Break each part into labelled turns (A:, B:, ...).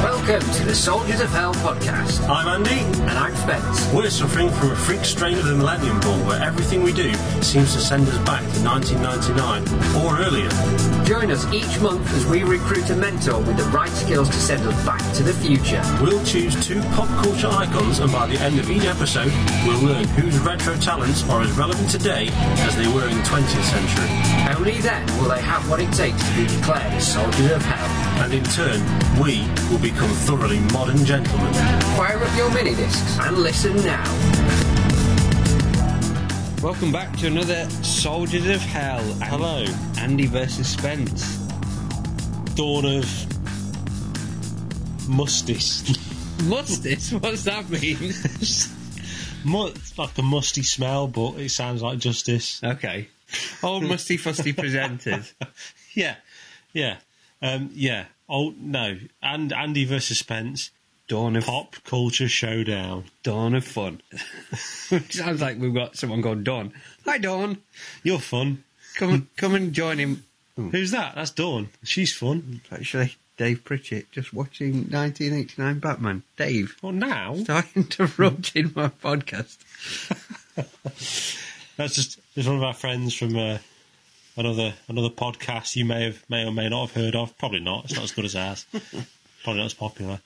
A: the Soldiers of Hell podcast.
B: I'm Andy.
A: And I'm Spence.
B: We're suffering from a freak strain of the Millennium Ball where everything we do seems to send us back to 1999 or earlier.
A: Join us each month as we recruit a mentor with the right skills to send us back to the future.
B: We'll choose two pop culture icons, and by the end of each episode, we'll learn whose retro talents are as relevant today as they were in the 20th century.
A: Only then will they have what it takes to be declared as Soldiers of Hell.
B: And in turn, we will become thoroughly modern gentlemen.
A: Fire up your mini discs and listen now.
C: Welcome back to another Soldiers of Hell. And-
B: Hello.
C: Andy versus Spence.
D: dawn of musty,
C: What's this? What's that mean?
D: Mu- it's like a musty smell, but it sounds like justice.
C: okay. Oh, musty fusty presented.
D: Yeah, yeah, um, yeah. Oh no, and Andy versus Spence,
C: Dawn of
D: pop culture showdown.
C: Dawn of Fun. Sounds like we've got someone called Dawn. Hi, Dawn.
D: You're fun.
C: Come, come and join him.
D: Who's that? That's Dawn. She's fun.
C: Actually, Dave Pritchett just watching 1989 Batman. Dave,
D: Well, now
C: stop interrupting my podcast.
D: that's just there's one of our friends from uh, another another podcast you may have may or may not have heard of. Probably not. It's not as good as ours. Probably not as popular.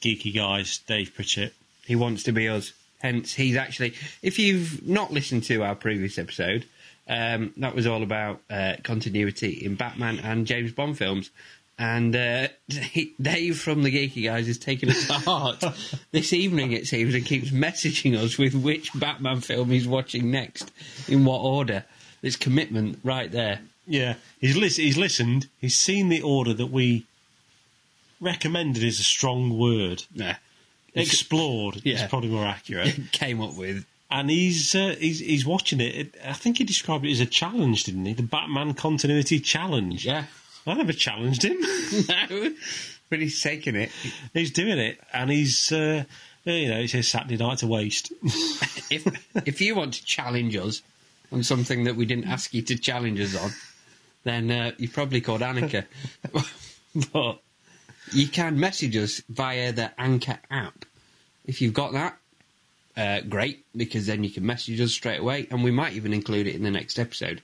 D: Geeky guys, Dave Pritchett.
C: He wants to be us. Hence, he's actually. If you've not listened to our previous episode, um, that was all about uh, continuity in Batman and James Bond films. And uh, he, Dave from the Geeky Guys is taking it to heart this evening, it seems, and keeps messaging us with which Batman film he's watching next, in what order. It's commitment right there.
D: Yeah, he's lis- he's listened. He's seen the order that we recommended is a strong word.
C: Nah.
D: Explored
C: Yeah.
D: is probably more accurate.
C: Came up with.
D: and he's uh, he's he's watching it. it. I think he described it as a challenge, didn't he? The Batman continuity challenge.
C: Yeah.
D: I never challenged him.
C: no. But he's taking it.
D: he's doing it, and he's uh, you know it's his Saturday night to waste.
C: if if you want to challenge us on something that we didn't ask you to challenge us on, then uh, you're probably called Annika. but you can message us via the Anchor app. If you've got that, uh, great, because then you can message us straight away, and we might even include it in the next episode.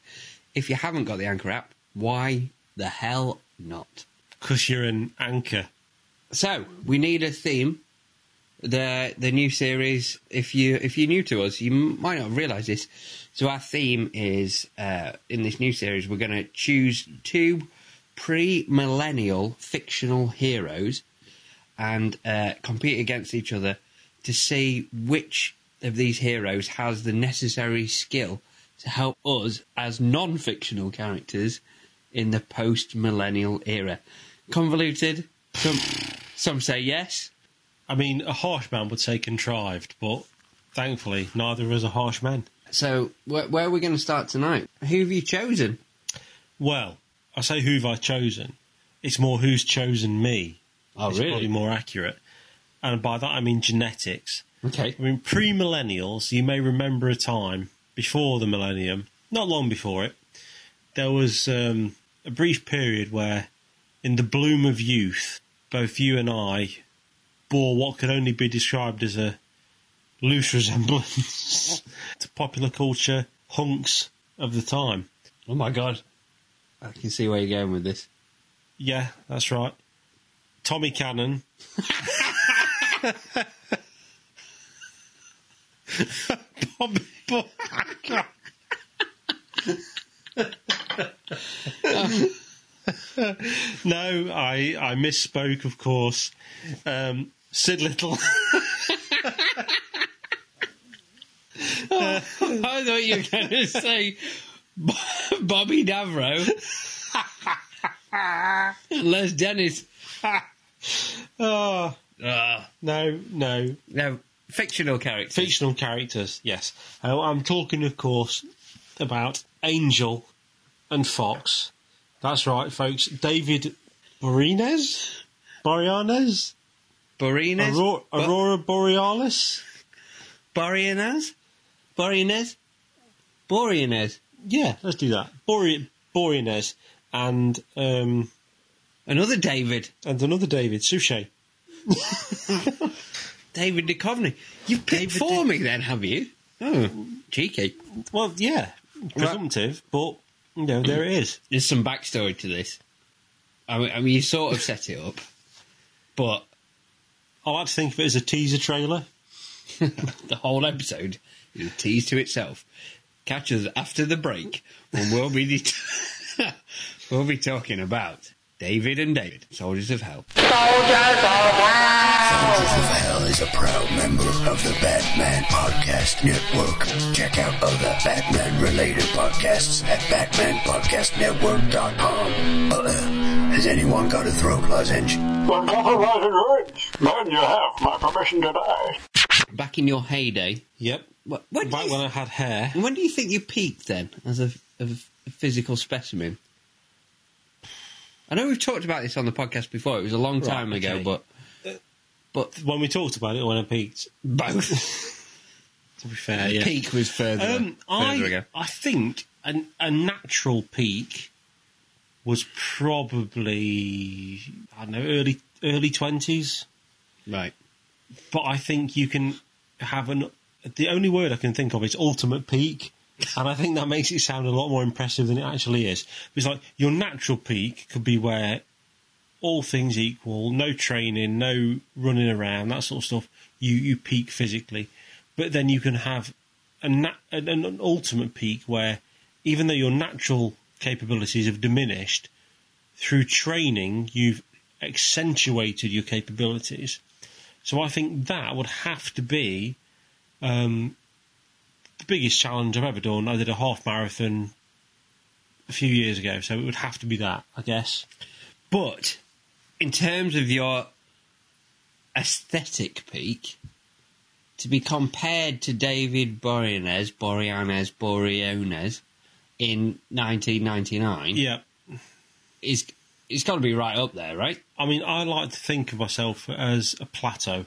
C: If you haven't got the Anchor app, why the hell not?
D: Because you're an anchor.
C: So we need a theme. The the new series. If you if you're new to us, you m- might not realise this. So our theme is uh, in this new series. We're going to choose two pre-millennial fictional heroes and uh, compete against each other to see which of these heroes has the necessary skill to help us as non fictional characters in the post millennial era. Convoluted. Some, some say yes.
D: I mean, a harsh man would say contrived, but thankfully neither of us are harsh men.
C: So, wh- where are we going to start tonight? Who have you chosen?
D: Well, I say who've I chosen. It's more who's chosen me.
C: Oh,
D: it's probably more accurate. And by that I mean genetics.
C: Okay.
D: I mean, pre millennials, you may remember a time before the millennium, not long before it, there was um, a brief period where, in the bloom of youth, both you and I bore what could only be described as a loose resemblance to popular culture hunks of the time.
C: Oh my god. I can see where you're going with this.
D: Yeah, that's right. Tommy Cannon. Bobby Bo- no, I I misspoke, of course. Um, Sid Little.
C: I thought you were going to say Bo- Bobby Davro. Les Dennis. uh,
D: Ah, no, no.
C: No, fictional characters.
D: Fictional characters, yes. Uh, I'm talking, of course, about Angel and Fox. That's right, folks. David Boreanaz? Boreanaz?
C: Boreanaz?
D: Aurora, Aurora Borealis?
C: Boreanaz? Boreanaz? Boreanaz.
D: Yeah, let's do that. Bore- Boreanaz and um,
C: Another David.
D: and another David, Suchet.
C: David Duchovny. You've picked
D: David
C: for
D: Duc-
C: me then, have you? Oh, cheeky.
D: Well, yeah, presumptive, but you know there it is.
C: There's some backstory to this. I mean, I mean you sort of set it up, but
D: I like to think of it as a teaser trailer.
C: the whole episode is a tease to itself. Catch us after the break when we'll be det- we'll be talking about David and David, Soldiers of Hell.
E: Soldiers of Hell is a proud member of the Batman Podcast Network. Check out other Batman related podcasts at batmanpodcastnetwork.com. Uh, has anyone got a throat lozenge?
F: Well, not a right orange. Then you have my permission to die.
C: Back in your heyday,
D: Yep.
C: what, when, do
D: Back
C: you,
D: when I had hair,
C: when do you think you peaked then as a, a physical specimen? I know we've talked about this on the podcast before. It was a long time ago,
D: okay.
C: but
D: when we talked about it, when I peaked,
C: both
D: to be fair, yeah.
C: peak was further.
D: Um,
C: further ago.
D: I, I think an, a natural peak was probably I don't know early early twenties,
C: Right.
D: but I think you can have an. The only word I can think of is ultimate peak, and I think that makes it sound a lot more impressive than it actually is. It's like your natural peak could be where all things equal, no training, no running around, that sort of stuff. You you peak physically, but then you can have a na- an, an ultimate peak where even though your natural capabilities have diminished through training, you've accentuated your capabilities. So I think that would have to be um, the biggest challenge I've ever done. I did a half marathon a few years ago, so it would have to be that, I guess.
C: But in terms of your aesthetic peak, to be compared to David Boreanaz, Boreanaz, Boreanaz in 1999
D: Yeah,
C: is it's got to be right up there, right?
D: I mean, I like to think of myself as a plateau.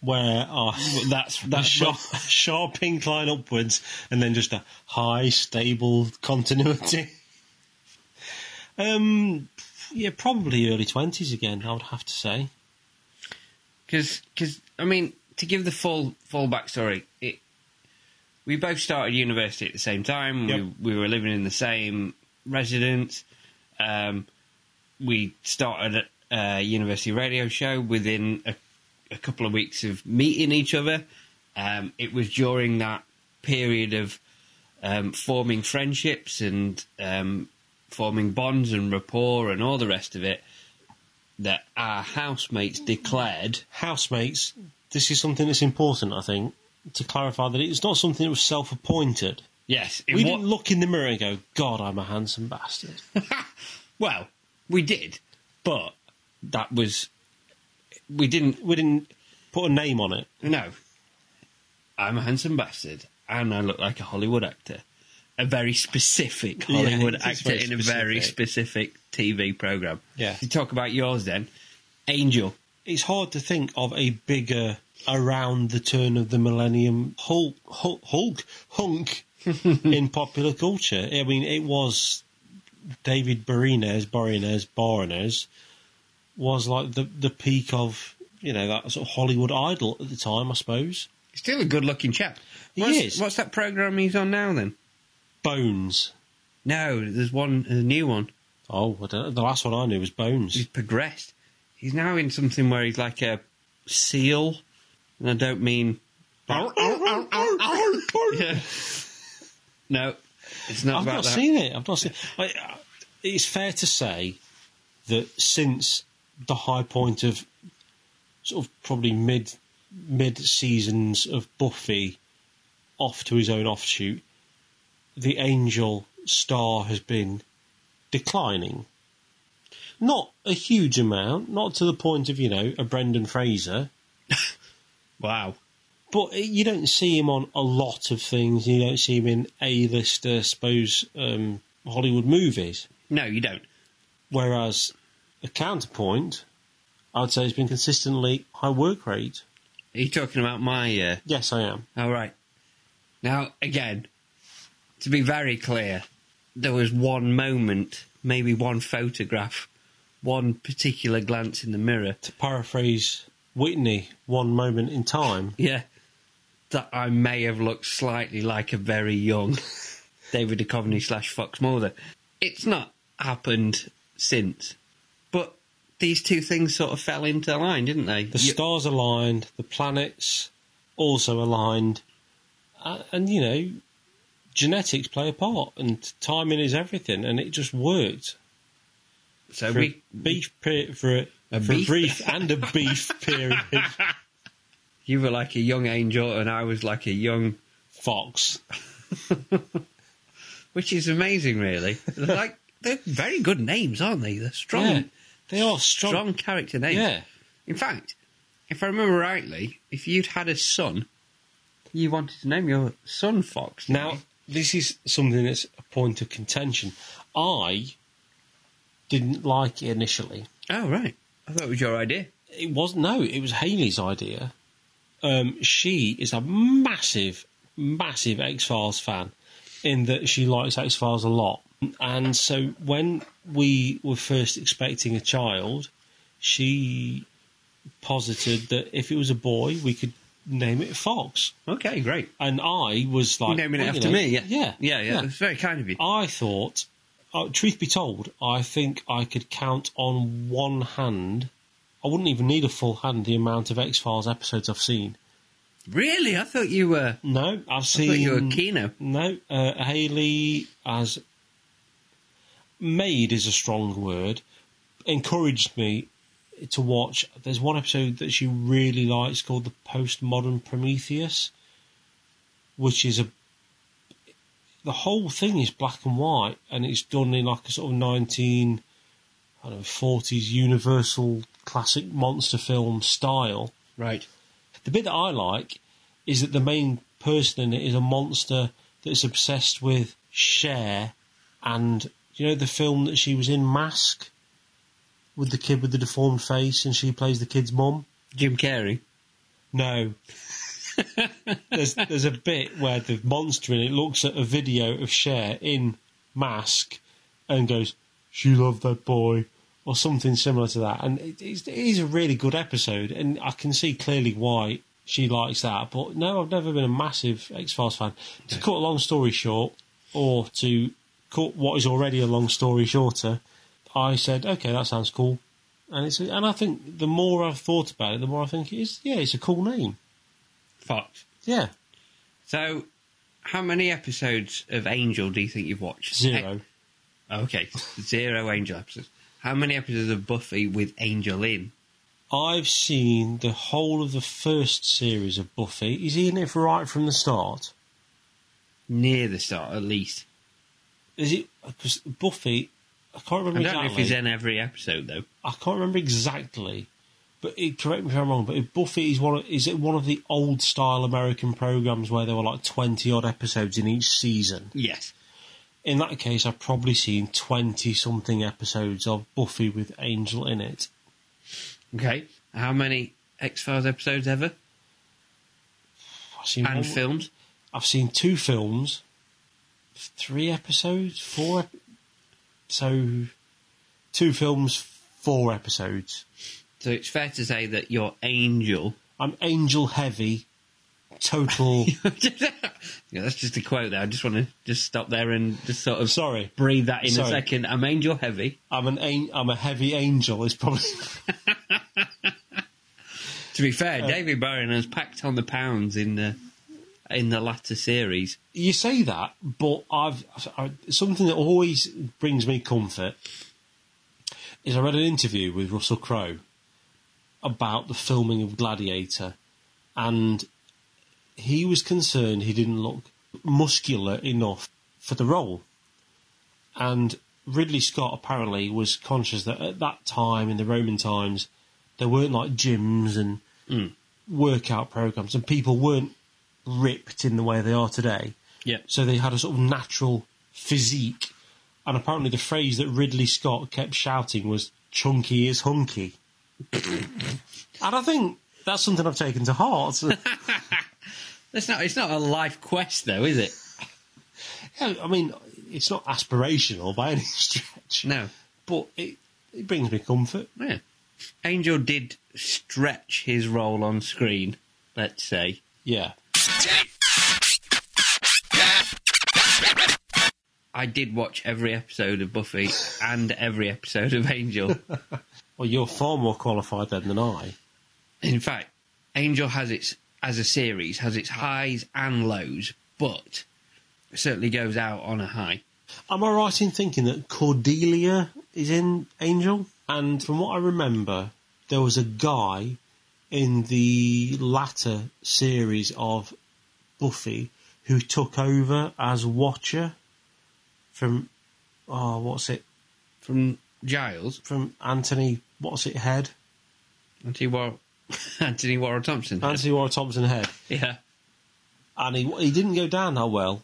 D: Where I, that's that sharp, sharp incline upwards, and then just a high, stable continuity. um, yeah, probably early twenties again. I would have to say.
C: Because I mean, to give the full full backstory, it we both started university at the same time.
D: Yep.
C: We we were living in the same residence. Um, we started a, a university radio show within a, a couple of weeks of meeting each other. Um, it was during that period of um, forming friendships and um, forming bonds and rapport and all the rest of it that our housemates declared
D: housemates, this is something that's important, I think, to clarify that it's not something that was self appointed.
C: Yes, it
D: We
C: wa-
D: didn't look in the mirror and go, God, I'm a handsome bastard.
C: well, we did, but that was we didn't.
D: we didn't put a name on it.
C: No, I'm a handsome bastard, and I look like a Hollywood actor, a very specific
D: Yeah,
C: Hollywood
D: it is
C: actor
D: very
C: in a very specific TV program.
D: Yeah.
C: you talk about yours then, Angel.
D: It's hard to think of a bigger around the turn of the millennium Hulk, Hulk, Hulk hunk in popular culture. I mean, it was David Barinez, Borinez, Borinez was like the the peak of you know that sort of Hollywood idol at the time, I suppose.
C: Still a good-looking chap.
D: He
C: what's,
D: is.
C: What's that program he's on now? Then
D: Bones.
C: no, there's one, a new one.
D: Oh, I don't know. the last one I knew was
C: he's
D: Bones.
C: progressed. He's now in something where he's like a seal, and I don't mean. Oh, Yeah. No, it's not
D: I've
C: about
D: not
C: that.
D: seen it. I've not seen. I, I- it's fair to say that since the high point of sort of probably mid mid seasons of Buffy off to his own offshoot, the Angel star has been declining. Not a huge amount, not to the point of you know a Brendan Fraser.
C: Wow.
D: But eh, you don't see him on a lot of things. You don't see him in A-list, I suppose, um, Hollywood movies.
C: No, you don't.
D: Whereas a counterpoint, I'd say, has been consistently high work rate.
C: Are you talking about my? Uh...
D: Yes, I am.
C: All right. Now, again, to be very clear, there was one moment, maybe one photograph, one particular glance in the mirror.
D: To paraphrase Whitney, one moment in time.
C: Yeah. That I may have looked slightly like a very young David Duchovny slash Fox Mulder. It's not happened since. But these two things sort of fell into line, didn't they?
D: The
C: You-
D: stars aligned, the planets also aligned, uh, and you know, genetics play a part, and timing is everything, and it just worked.
C: so
D: for
C: we,
D: a beef per- for a,
C: A
D: for
C: beef?
D: a brief and a beef period.
C: you were like a young angel, and I was like a young
D: Fox.
C: which is amazing, really. They're like they're very good names, aren't they? They're strong,
D: Yeah, they are
C: strong,
D: strong.
C: character names.
D: Yeah,
C: In fact, if I remember rightly, if you'd had a son, you wanted to name your son Fox. didn't
D: Now,
C: you?
D: this is something that's a point of contention. I didn't like it initially.
C: oh right, I thought it was your idea.
D: It was no, it was Haley's idea. Um, she is a massive, massive X Files fan, in that she likes X Files a lot. And so when we were first expecting a child, she posited that if it was a boy, we could name it Fox.
C: Okay, great.
D: And I was like,
C: You're naming it
D: well, you
C: after
D: know,
C: me. Yeah,
D: yeah, Oh.
C: yeah, yeah. It's very kind of you.
D: I thought, uh, truth be told, I think I could count on one hand. I wouldn't even need a full hand the amount of X Files episodes I've seen.
C: Really, I thought you were.
D: No, I've
C: I
D: seen.
C: thought you were Kino.
D: No, uh, Haley as made is a strong word. Encouraged me to watch. There's one episode that she really likes called "The Postmodern Prometheus," which is a the whole thing is black and white, and it's done in like a sort of nineteen I don't know forties Universal classic monster film style.
C: Right.
D: The bit that I like is that the main person in it is a monster that's obsessed with Cher and you know the film that she was in Mask with the kid with the deformed face and she plays the kid's mum?
C: Jim Carrey.
D: No. there's there's a bit where the monster in it looks at a video of Cher in Mask and goes, "She loved that boy," or something similar to that. And it is, it is a really good episode, and I can see clearly why she likes that. But no, I've never been a massive X Files fan. To cut a long story short, or to cut what is already a long story shorter, I said, "Okay, that sounds cool." And it's and I think the more I've thought about it, the more I think it is yeah, it's a cool name.
C: Fox.
D: Yeah,
C: So, how many episodes of Angel do you think you've watched? Eh,
D: zero.
C: Okay, zero Angel episodes. How many episodes of Buffy with Angel in?
D: I've seen the whole of the first series of Buffy. Is he in it right from the start?
C: Near the start, at least.
D: Is it because Buffy? I can't remember
C: I don't know if
D: exactly.
C: he's in every episode though.
D: I can't remember exactly, but it, correct me if I'm wrong. But if Buffy is one, of, is it one of the old style American programs where there were like twenty odd episodes in each season?
C: Yes.
D: In that case, I've probably seen twenty something episodes of Buffy with Angel in it.
C: Okay. How many X Files episodes ever
D: I've seen
C: and
D: one-
C: films?
D: I've seen two films, three episodes, four. Ep- so, two films, four episodes.
C: So it's fair to say that your Angel.
D: I'm angel heavy, total.
C: yeah, that's just a quote there. I just want to just stop there and just sort of
D: Sorry.
C: breathe that in a
D: Sorry.
C: second. I'm Angel heavy.
D: I'm an an- I'm a heavy angel. Is probably
C: To be fair,
D: Uh,
C: David Bowen has packed on the pounds in the in the latter series.
D: you say that, but I've I, something that always brings me comfort is I read an interview with Russell Crowe about the filming of Gladiator, and he was concerned he didn't look muscular enough for the role, and Ridley Scott apparently was conscious that at that time in the Roman times there weren't like gyms and workout programs, and people weren't ripped in the way they are today.
C: Yeah.
D: So they had a sort of natural physique. And apparently, the phrase that Ridley Scott kept shouting was "chunky is hunky," and I think that's something I've taken to heart.
C: That's not. It's not a life quest though, is it?
D: Yeah, I mean, it's not aspirational by any stretch,
C: No.
D: but it It brings me comfort.
C: Yeah. Angel did stretch his role on screen, let's say.
D: Yeah.
C: I did watch every episode of Buffy and every episode of Angel.
D: Well, you're far more qualified then than I.
C: In fact, Angel has its as a series has its highs and lows, but it certainly goes out on a high.
D: Am I right in thinking that Cordelia is in Angel? And from what I remember, there was a guy in the latter series of Buffy who took over as Watcher from, oh, what's it?
C: From Giles,
D: From Anthony, what's it, Head?
C: Anthony War Anthony Warren Thompson.
D: Anthony Warren Thompson Head.
C: yeah.
D: and he he didn't go down that well.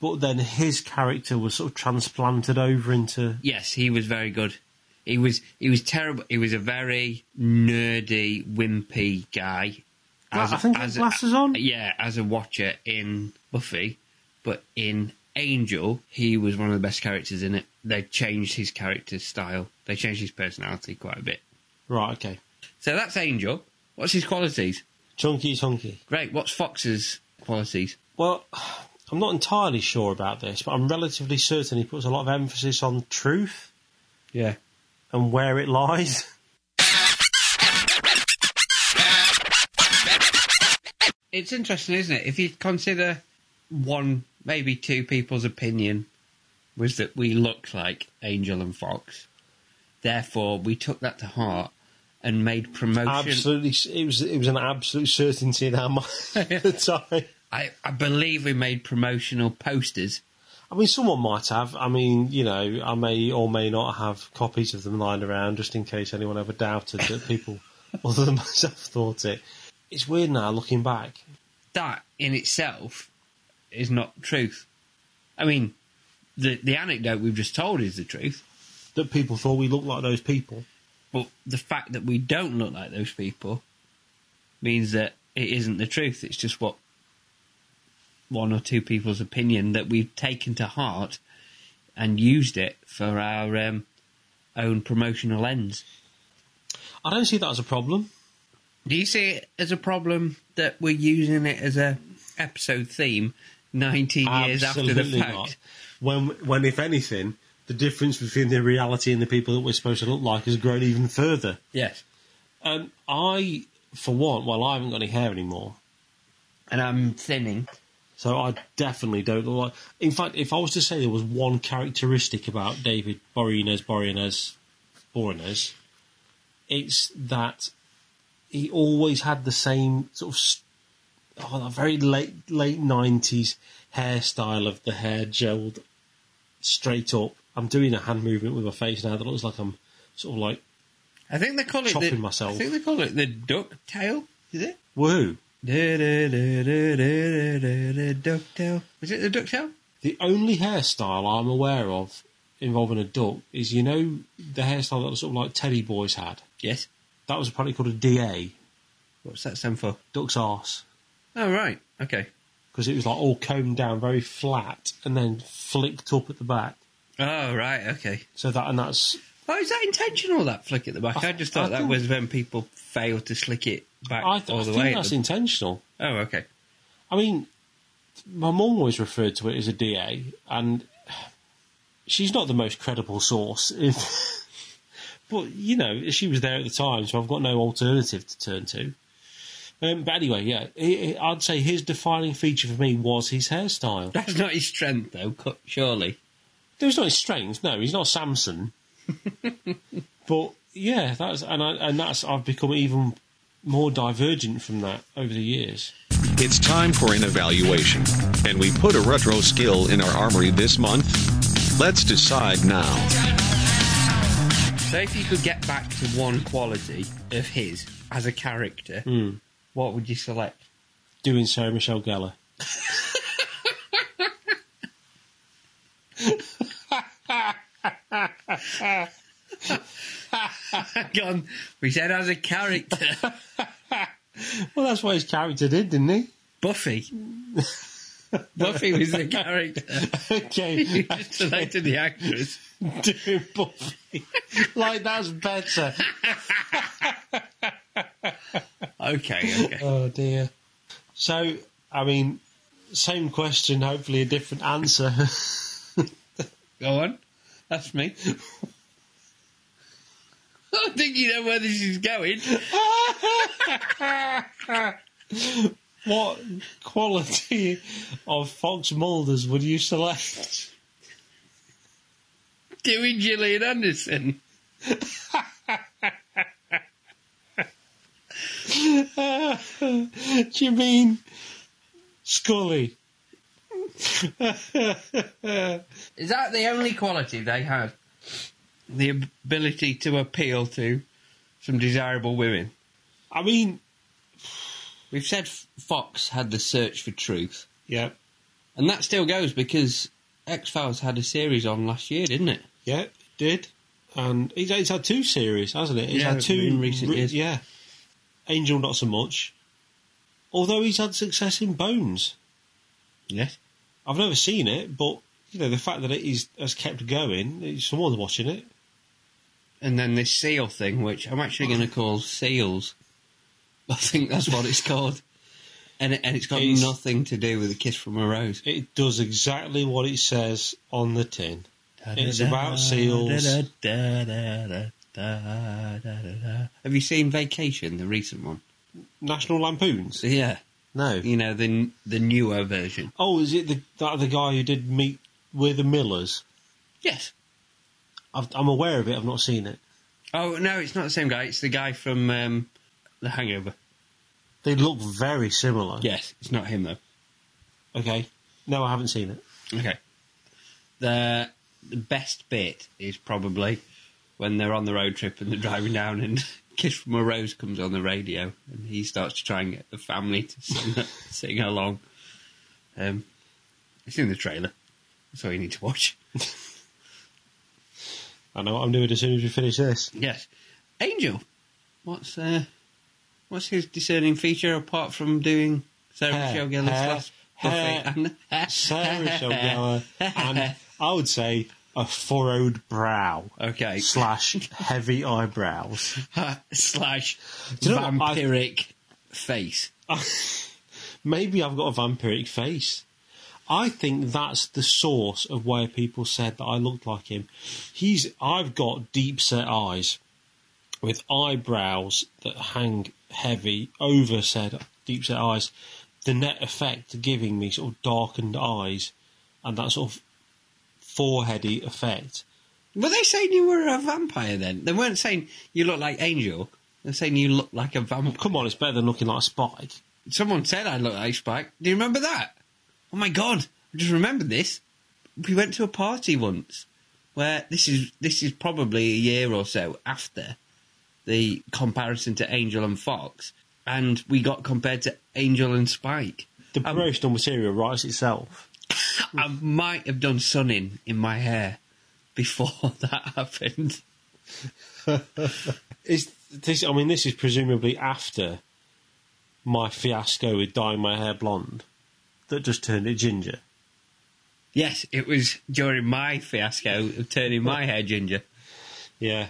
D: But then his character was sort of transplanted over into
C: Yes, he was very good. He was he was terrible. He was a very nerdy, wimpy guy.
D: I think he had glasses on.
C: Yeah, as a watcher in Buffy, but in Angel, he was one of the best characters in it. They changed his character style. They changed his personality quite a bit.
D: right. Okay,
C: So that's Angel. What's his qualities?
D: chunky, chunky.
C: Great. What's Fox's qualities?
D: Well, I'm not entirely sure about this, but I'm relatively certain he puts a lot of emphasis on truth
C: Yeah.
D: and where it lies.
C: It's interesting, isn't it? If you consider one, maybe two people's opinion was that we look like Angel and Fox. Therefore, we took that to heart and made promotion.
D: Absolutely, it was it was an absolute certainty in our mind at the time.
C: I, I believe we made promotional posters.
D: I mean, someone might have. I mean, you know, I may or may not have copies of them lying around just in case anyone ever doubted that people other than myself thought it. It's weird now looking back.
C: That in itself is not truth. I mean, the the anecdote we've just told is the truth,
D: that people thought we looked like those people.
C: but the fact that we don't look like those people means that it isn't the truth. It's just what one or two people's opinion that we've taken to heart and used it for our um, own promotional ends.
D: I don't see that as a problem.
C: Do you see it as a problem that we're using it as a episode theme 19 years after the
D: Absolutely
C: fact?
D: not. When, when if anything, the difference between the reality and the people that we're supposed to look like has grown even further.
C: Yes.
D: Um, I, for one, well, I haven't got any hair anymore,
C: And I'm thinning.
D: so I definitely don't look like. In fact, if I was to say there was one characteristic about David Boreanaz, Boreanaz, Boreanaz, it's that he always had the same sort of s- oh, that very late late nineties hairstyle of the hair gelled straight up. I'm doing a hand movement with my face now that looks like I'm sort of like
C: I think they call it the,
D: Chopping myself.
C: I think they call it the duck tail. Is it?
D: woohoo.
C: Duck tail. Is it the duck tail?
D: The only hairstyle I'm aware of involving a duck is you know the hairstyle that was sort of like Teddy Boys had.
C: Yes.
D: That was apparently called a DA,
C: What's that stand for?
D: duck's arse,
C: Oh right. Okay.
D: because it was like all combed down, very flat, and then flicked up at the back.
C: Oh right. Okay.
D: So that and that's
C: Oh, is that intentional? That flick at the back.
D: I-
C: I, just thought
D: I
C: that
D: think-
C: was when people fail to slick it back
D: I, th-
C: all
D: I
C: the
D: think
C: way. uh, at
D: that's
C: the-
D: intentional.
C: Oh okay.
D: I mean, my mum always referred to it as a DA, and she's not the most credible source. If, but you know, she was there at the time, so I've got no alternative to turn to. Um, but anyway, yeah, i i I'd say his defining feature for me was his hairstyle.
C: That's not his strength though. cu- Surely.
D: There's not his strength. No, he's not Samson. but yeah, that's and I, and that's I've become even more divergent from that over the years.
G: It's time for an evaluation, and we put a retro skill in our armory this month. Let's decide now.
C: So if you could get back to one quality of his as a character,
D: Hmm.
C: what would you select?
D: Doing Sarah Michelle Gellar.
C: Gone. We said as a character,
D: Well, that's what his character did, didn't he?
C: Buffy. Buffy was the character.
D: okay.
C: You just selected the actress.
D: doing Buffy. like, that's better.
C: Okay, okay.
D: Oh, dear. So, I mean, same question, hopefully a different answer.
C: Go on. That's me. I think you know where this is going.
D: what quality of Fox Mulders would you select?
C: Doing Gillian Anderson.
D: Do you mean Scully?
C: Is that the only quality they have? The ability to appeal to some desirable women.
D: I mean,
C: We've said F- Fox had the search for truth,
D: yeah,
C: and that still goes because X Files had a series on last year, didn't it?
D: yeah, it did. And he's, he's had two series, hasn't it? He's
C: Yeah,
D: had two
C: in recent
D: re-
C: years.
D: Yeah, Angel not so much. Although he's had success in Bones,
C: Yes.
D: I've never seen it, but you know the fact that it is has kept going, someone's watching it.
C: And then this seal thing, which I'm actually going to call seals. I think that's what it's called, and it, and it's got
D: It's-
C: nothing to do with a kiss from a rose.
D: It does exactly what it says on the tin. It's about seals.
C: Have you seen Vacation, the recent one?
D: National Lampoons.
C: Yeah,
D: No.
C: you know the n- the newer version.
D: Oh, is it the that the guy who did meet with the Millers?
C: Yes.
D: I've, I'm aware of it. I've not seen it.
C: Oh no, it's not the same guy. It's the guy from um, The Hangover.
D: They look very similar.
C: Yes, it's not him though.
D: Okay. No, I haven't seen it.
C: Okay. The the best bit is probably when they're on the road trip and they're driving down and Kiss from a Rose comes on the radio and he starts to try and get the family to sing, sing along. Um, it's in the trailer. That's all you need to watch.
D: I know what I'm doing as soon as we finish this.
C: Yes. Angel. What's uh what's his discerning feature apart from doing Sarah
D: Hair,
C: Michelle Gellar's
D: hair,
C: last
D: hair.
C: Buffy and
D: Sarah Michelle Gellar and I would say a furrowed brow
C: Okay.
D: slash heavy eyebrows.
C: slash
D: Do you know what? I-
C: vampiric face.
D: Maybe I've got a vampiric face. I think that's the source of where people said that I looked like him. He's I've got deep set eyes with eyebrows that hang heavy over said deep set eyes. The net effect giving me sort of darkened eyes and that sort of foreheady effect.
C: Were they saying you were a vampire then? They weren't saying you look like Angel. They're saying you look like a vampire.
D: Come on, it's better than looking like a spike.
C: Someone said I look like Spike. Do you remember that? Oh my god! I just remembered this. We went to a party once where this is this is probably a year or so after the comparison to Angel and Fox, and we got compared to Angel and Spike.
D: The
C: Um,
D: promotional material writes itself.
C: I might have done sunning in my hair before that happened.
D: Is this? I mean, this is presumably after my fiasco with dyeing my hair blonde that just turned it ginger.
C: Yes, it was during my fiasco of turning my hair ginger.
D: Yeah,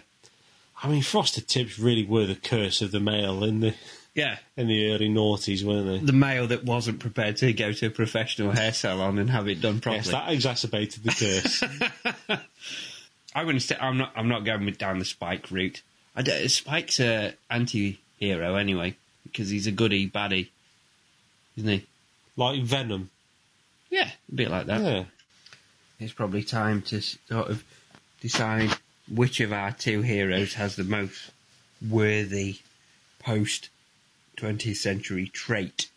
D: I mean, frosted tips really were the curse of the male in the
C: Yeah,
D: in the early noughties, weren't they?
C: the male that wasn't prepared to go to a professional hair salon and have it done properly.
D: Yes, that exacerbated the curse.
C: I'm going to say I'm not. I'm not going with- down the Spike route. I don't, Spike's a anti-hero anyway because he's a goody baddie, isn't he?
D: like venom.
C: Yeah, a bit like that.
D: Yeah,
C: It's probably time to sort of decide which of our two heroes has the most worthy post 20th century trait.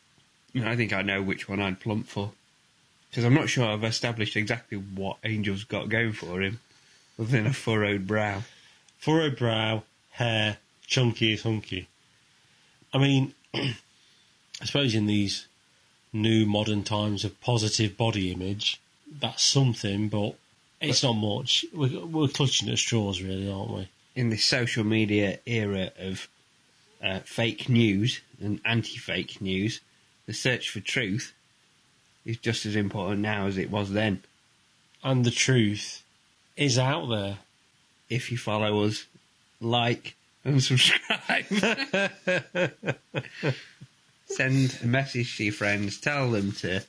C: And I think I know which one I'd plump for. Because I'm not sure I've established exactly what Angel's got going for him, other than a furrowed brow.
D: furrowed brow, hair, chunky as hunky. I mean, I suppose in these new modern times of positive body image, that's something, but it's not much. We're, we're clutching at straws, really, aren't we?
C: In this social media era of uh, fake news and anti fake news, the search for truth is just as important now as it was then.
D: And the truth is out there.
C: if you follow us, like and subscribe. Send a message to your friends. Tell them to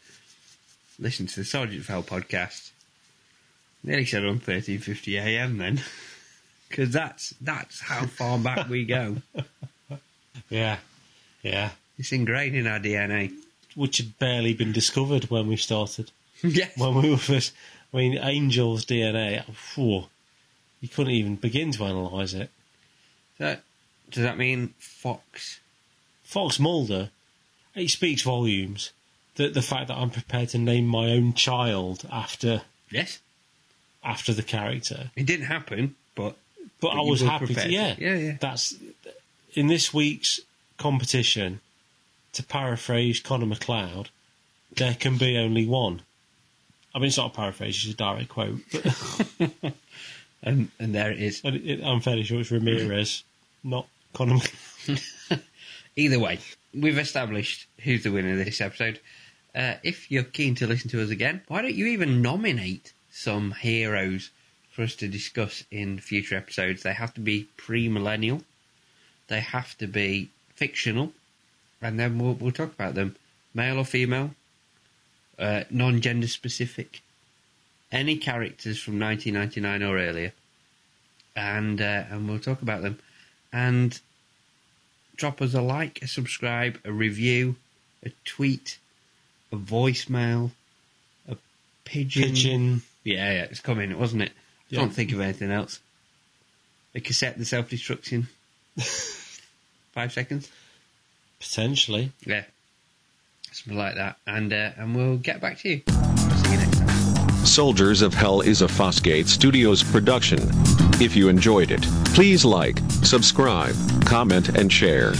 C: listen to the Sergeant Fell podcast. Nearly said on thirteen fifty a.m. Then, because that's that's how far back we go.
D: Yeah, yeah.
C: It's ingrained in our DNA.
D: Which had barely been discovered when we started.
C: yes.
D: When we were first, I mean, Angel's DNA. Phew, you couldn't even begin to analyse it.
C: So, does that mean Fox?
D: Fox Mulder, it speaks volumes. That the fact that I'm prepared to name my own child after
C: Yes.
D: after the character,
C: It didn't happen, but
D: but,
C: But
D: I
C: you
D: was
C: were
D: happy. To,
C: prepared.
D: yeah,
C: Yeah, yeah.
D: That's in this week's competition. To paraphrase Connor McLeod, there can be only one. I mean, it's not a paraphrase; it's a direct quote. But
C: and and there it is.
D: and it, I'm fairly sure it's Ramirez, not Connor. McLeod.
C: Either way, we've established who's the winner of this episode. Uh, if you're keen to listen to us again, why don't you even nominate some heroes for us to discuss in future episodes? They have to be pre millennial, they have to be fictional, and then we'll, we'll talk about them male or female, uh, non gender specific, any characters from 1999 or earlier, and, uh, and we'll talk about them. And drop us a like, a subscribe, a review, a tweet, a voicemail, a pigeon.
D: Pigeon.
C: Yeah, yeah, it's coming, wasn't it? I
D: Yeah.
C: Can't think of anything else. A cassette, the self destruction. Five seconds.
D: Potentially.
C: Yeah, something like that, and uh, and we'll get back to you. See you next time.
G: Soldiers of Hell is a Fosgate Studios production. If you enjoyed it, please like, subscribe, comment, and share.